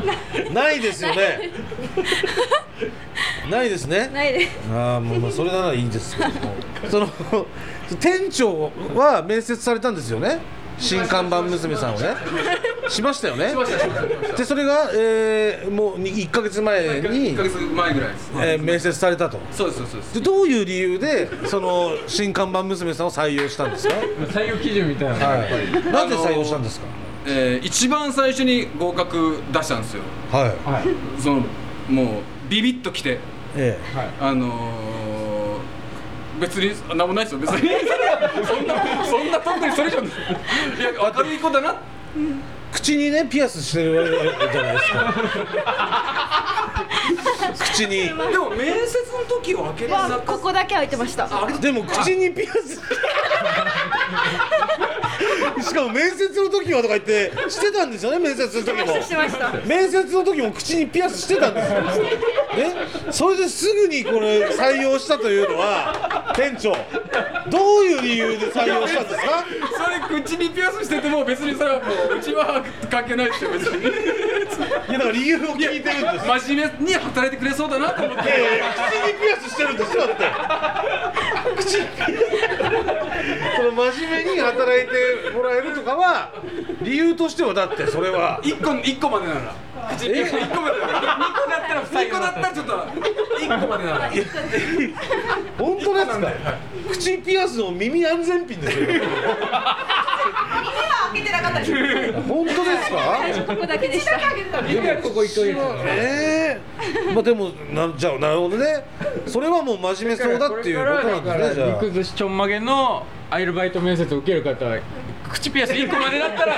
S3: ないですよねないですね
S1: ないです
S3: ああもうまあそれならいいですけどもその店長は面接されたんですよね新看板娘さんをねしましたよねでそれが、えーもうに1か月前に
S10: 1ヶ月前ぐらいです
S3: えー面接されたと
S10: そうですそうですそうです
S3: でどういう理由でその新看板娘さんを採用したんですか
S10: 採用基準みたいなのが
S3: は
S10: やっぱり
S3: い、なんで採用したんですか
S11: えー一番最初に合格出したんですよ
S3: はい、
S11: そのもうビビッときて
S3: え
S11: あのー、別に何もないですよ別にそんなそんな特にそれ以上いや明るい子だな
S3: 口にねピアスしてるわけじゃないですか口にで
S11: も面接の時を開け
S1: わここだけ開いてました
S3: でも口にピアスしかも面接の時はとか言ってしてたんですよね面接の時も
S1: してましたしてました
S3: 面接の時も口にピアスしてたんですよねそれですぐにこれ採用したというのは店長どういう理由で採用したんですか
S11: それ口にピアスしてても別にそれはもううちは関係ないですよ別にい
S3: やだから理由を聞いてるんです
S11: 真面目に働いてくれそうだなと思って
S3: いやいやいや口にピアスしてるんですよだってその真面目に働いてもらえるとかは理由としてはだってそれは
S11: 一個一個までなら
S4: え一個までだよ。二個だったら二個だったらちょっと一個までなら。
S3: 本当ですか口ピアスの耳安全ピンですよ
S8: は開けてなかったです
S3: 本当ですか
S12: 最初ここだけでした
S8: 口だけ開けてたんです
S3: でもここ一個ええまあでもなじゃあなるほどねそれはもう真面目そうだっていうことなんですねじゃあ
S5: 肉寿司ちょんまげのアルバイト面接を受ける方は口ピアス1個までだったら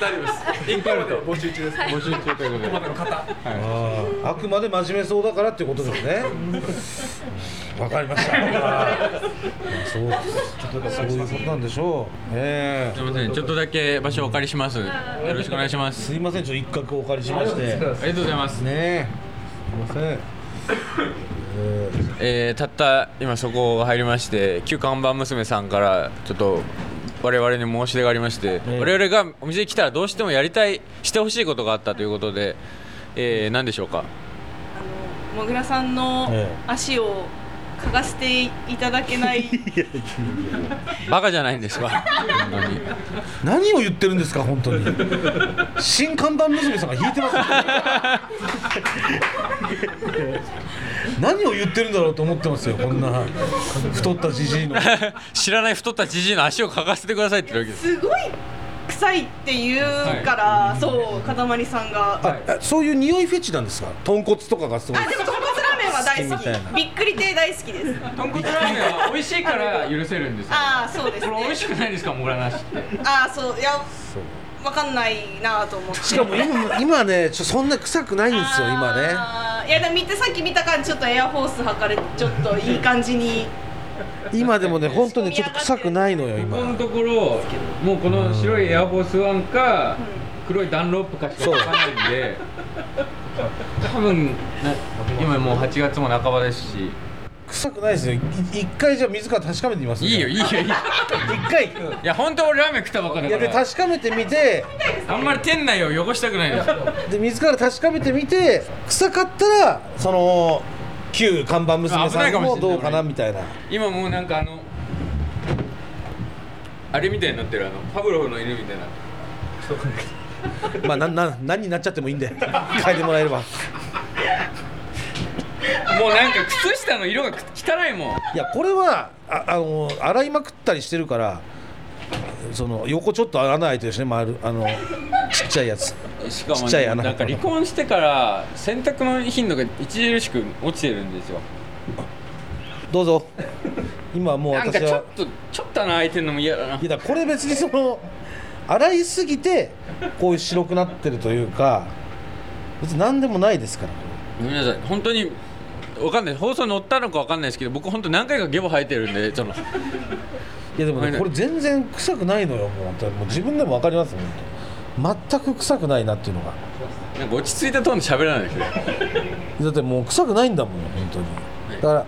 S4: 大丈夫です。一個までは募集中です。
S5: 募集中ということで
S4: まだの方。
S3: あーあくまで真面目そうだからっていうことですねわかりましたそうですそういうことなんでしょうねえ
S2: すみませんちょっとだけ場所お借りしますよろしくお願いします
S3: すいませんちょっと一角お借りしまして
S2: ありがとうございますありがとうございます
S3: ねえすいません
S2: えーたった今そこが入りまして旧看板娘さんからちょっと我々に申し出がありまして、我々がお店に来たらどうしてもやりたいしてほしいことがあったということで、えー何でしょうか
S8: もぐらさんの足を嗅がせていただけない
S2: バカじゃないんですか本当に
S3: 何を言ってるんですか本当に新看板娘さんが引いてますよ何を言ってるんだろうと思ってますよこんな太ったじじいの
S2: 知らない太ったじじいの足をかかせてくださいって言うわけです
S8: すごい臭いって言うから、そうかたまりさんが
S3: あえそういう匂いフェチなんですか豚骨とかがすごい
S8: でも豚骨ラーメンは大好
S3: 好きみたいな
S8: きびっくり亭大好きです
S5: 豚骨ラーメンは美味しいから許せるんですよ
S8: ああそうです
S5: これ美
S8: ね
S5: 味しくないですかもぐらなしって
S8: ああそういやわかんないなと思って
S3: しかも今今ねちょそんな臭くないんですよ今ね
S8: あーいやでも見てさっき見た感じちょっとエアフォース履かれてちょっといい感じに
S3: 今でもね本当にちょっと臭くないのよ今
S5: このところもうこの白いエアフォースワンか黒いダンロップかしか
S3: そう
S5: わかんないんで多分な今もう8月も半ばですし
S3: 臭くないですよい一回じゃあ自ら確かめてみます
S5: いいよいいよいいよ
S3: 一回
S5: いや本当俺ラーメン食ったばっかだ
S3: い
S5: か
S3: や
S5: ら
S3: で確かめてみて
S5: あんまり店内を汚したくないです
S3: で自ら確かめてみて臭かったらその旧看板娘さんもどうかなみたいな
S5: 今もうなんかあのあれみたいになってるあのパブロフの犬みたいな
S3: まあなな何になっちゃってもいいんで変えてもらえれば
S5: もうなんか靴下の色が汚いもん
S3: いやこれはああの洗いまくったりしてるからその横ちょっと穴開いてるしね丸あのちっちゃいやつ
S5: しか
S3: ち
S5: も
S3: っちゃい穴
S5: なんか離婚してから洗濯の頻度が著しく落ちてるんですよ
S3: どうぞ今もう
S5: なんか
S3: 私
S5: ちょっ
S3: は
S5: とちょっと穴開いてるのも嫌だない
S3: やだからこれ別にその洗いすぎてこういう白くなってるというか別に何でもないですから
S2: ごめんなさい本当にわかんない放送に載ったのかわかんないですけど僕本当何回かゲボ生えてるんでその
S3: いやでも
S2: はい
S3: ねこれ全然臭くないのよもう本当にもう自分でも分かりますよ本当全く臭くないなっていうのが
S2: なんか落ち着いたトーンで喋らないでくれ
S3: だってもう臭くないんだもん本当にだから、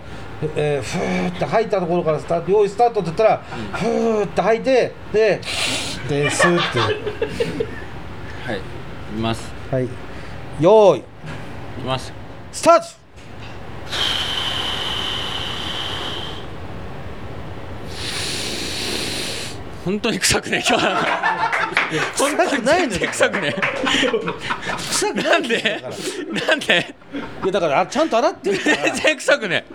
S3: えー、ふーって吐いたところからスタート用意スタートって言ったら、ふーって吐いてででスーって
S2: はいいきます
S3: はい用意
S2: いきます
S3: スタート
S2: 本当に臭くね今日は
S3: 臭くないのよ
S2: 臭くね
S3: 臭くないんで
S2: なんで
S3: いやだからあちゃんと洗ってるから
S2: 全然臭くね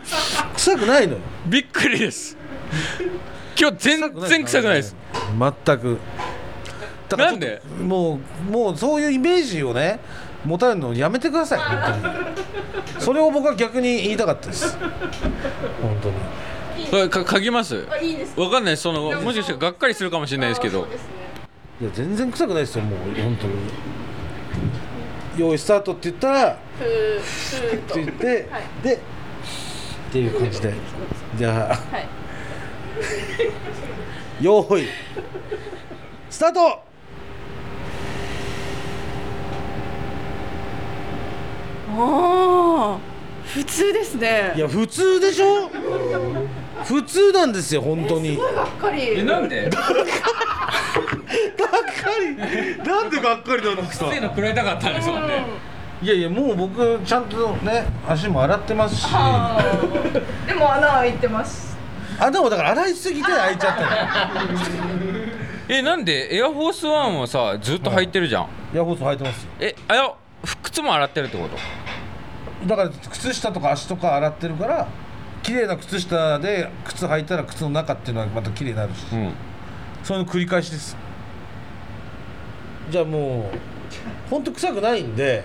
S3: 臭くないのよ
S2: びっくりです今日全然臭くないです
S3: 全くだから
S2: なんで
S3: ちょっともうもうそういうイメージをね持たれるのやめてください本当にそれを僕は逆に言いたかったです本当に
S2: これか嗅ぎます
S12: いいです
S2: わかんないそのもしかしたらがっかりするかもしれないですけど
S3: いや全然臭くないですよもう本当に用意スタートって言ったら
S12: ふーふーと
S3: って言って、
S12: はい
S3: でっていう感じでじゃあ
S12: はい
S3: 用意スタート
S8: ああ普通ですね
S3: いや普通でしょ普通なんですよ本当に
S8: がっかり
S5: なんで
S3: がっかりなんでがっかりなんですか
S5: 手の食らいたかったんですもんね
S3: いやいやもう僕ちゃんとね足も洗ってますしあ
S8: でも穴開いてます
S3: でもだから洗いすぎて開いちゃった
S2: えなんでエアフォースワンはさずっと履いてるじゃん、
S3: のエアホース履いてますよ
S2: えあや
S5: 靴も洗ってるってこと
S13: だから靴下とか足とか洗ってるから綺麗な靴下で靴履いたら靴の中っていうのはまた綺麗になるし、それの繰り返しです
S3: じゃあもう本当臭くないんで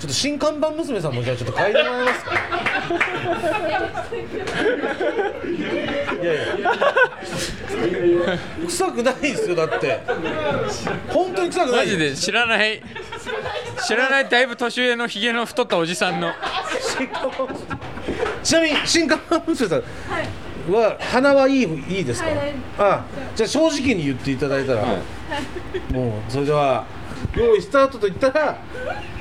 S3: ちょっと新看板娘さんもじゃあちょっと嗅いでもらえますかいやいや臭くないですよだって本当に臭くない
S5: マジで知らない 知らないだいぶ年上のひげの太ったおじさんの
S3: ちなみに新看板娘さんは鼻はいいいいですか、
S1: はいはい
S3: あじゃあ正直に言っていただいたら、もうそれでは用意スタートといったら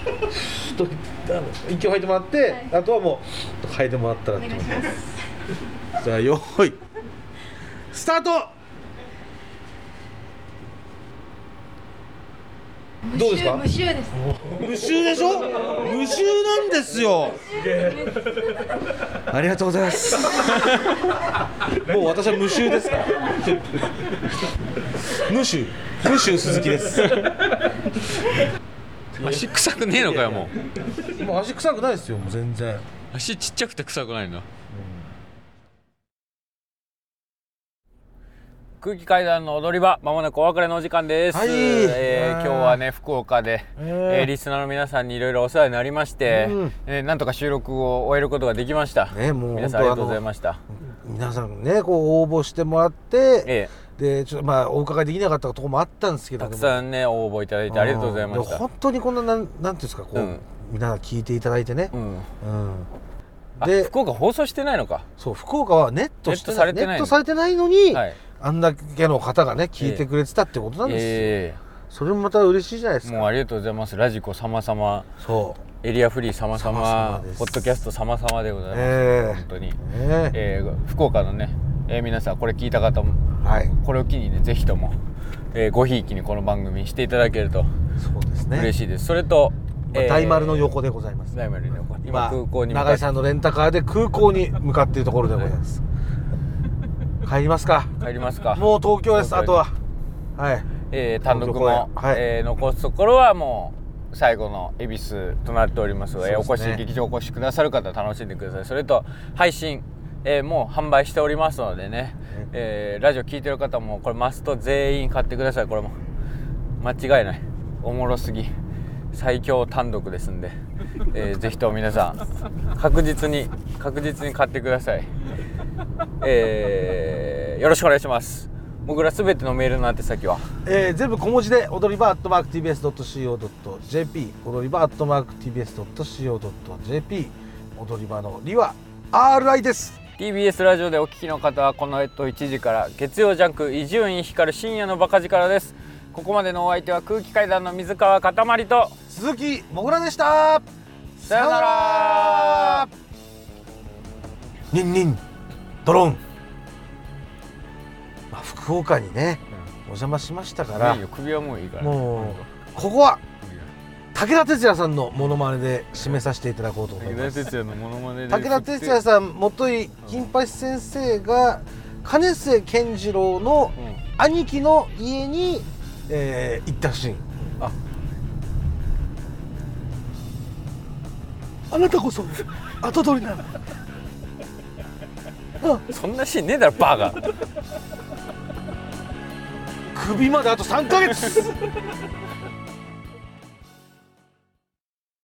S3: ふーっとあの息を吐いてもらって、あとはもう吐いてもらったらってことじゃあ用意スタートどうですか
S1: 無臭です
S3: 無臭でしょ無臭なんですよありがとうござい ますもう私は無臭ですから無臭無臭鈴木です
S5: 足臭くねえのかよも
S3: うもう足臭くないですよもう全然
S5: 足ちっちゃくて臭くないの空気階段の踊り場まもなくお別れのお時間です、
S2: はい
S5: えー
S2: あー
S5: 今日はね福岡で、え
S2: え
S5: ーリスナーの皆さんにいろいろお世話になりまして、
S2: うん
S5: えーなんとか収録を終えることができました、
S3: ねもう
S5: 皆さんあり
S3: 本当
S5: がとうございました
S3: 皆さんねこう応募してもらって、でちょっとまあお伺いできなかったところもあったんですけど
S5: たくさんね応募いただいてありがとうございまし
S3: でも
S5: た
S3: 本当にこんななんなんていうんですかこう、
S5: うん
S3: みんな聞いていただいてね、
S5: うん
S3: で
S5: 福岡放送してないのか
S3: そう福岡はネットして
S5: ネットされて
S3: ネ
S5: ない
S3: ットされてないのに、あんだけの方がね聞いてくれてたってことなんですよ、
S5: え
S3: それもまた嬉しいじゃないです
S5: もうありがとうございますラジコ様様
S3: そ
S5: エリアフリー様様
S3: 様々です
S5: ポッドキャスト様様でございます、
S3: ええ
S5: 本当に、
S3: え
S5: えー福岡のね、えー皆さんこれ聞いた方も、これを機にねぜひとも、えーごひいきにこの番組していただけると
S3: そうですね
S5: 嬉しいですそれと、
S3: まあ大丸の横でございます
S5: 大丸の横今
S3: 今
S5: 空港に向か
S3: 永
S5: っ
S3: 井さんのレンタカーで空港に向かっているところでございます、帰りますか
S5: 帰りますか
S3: もう東京ですあとははい
S5: えー単独も、
S3: 東
S5: えー残すところはもう最後の恵比寿となっておりますので
S2: そうですね
S5: お越し劇場お越しくださる方楽しんでくださいそれと配信、えーもう販売しておりますのでね、えーラジオ聞いてる方もこれマスト全員買ってくださいこれも間違いないおもろすぎ最強単独ですんで、えーぜひとも皆さん確実に確実に買ってくださいえーよろしくお願いします僕らすべてのメールの宛先は
S3: えー全部小文字で踊り場アットマーク TBS.CO.JP 踊り場アットマーク TBS.CO.JP 踊り場のりは RI です
S5: TBS ラジオでお聞きの方はこの後1時から月曜ジャンク伊集院光る深夜のバカ力ですここまでのお相手は空気階段の水川かたまりと
S3: 鈴木もぐらでした
S5: さよなら
S3: ニンニンドロン、まあ、福岡にね、お邪魔しましたから
S5: いいよ首はもういいから
S3: もうここは武田鉄矢さんのモノマネで締めさせていただこうと思います
S5: 武田鉄矢のモノマネで
S3: 武田鉄矢さん元井金八先生が金瀬健次郎の兄貴の家に、えー行ったシーンああなたこそ後取りなの
S5: そんなシーンねえだろバカ
S3: 首まであと3ヶ月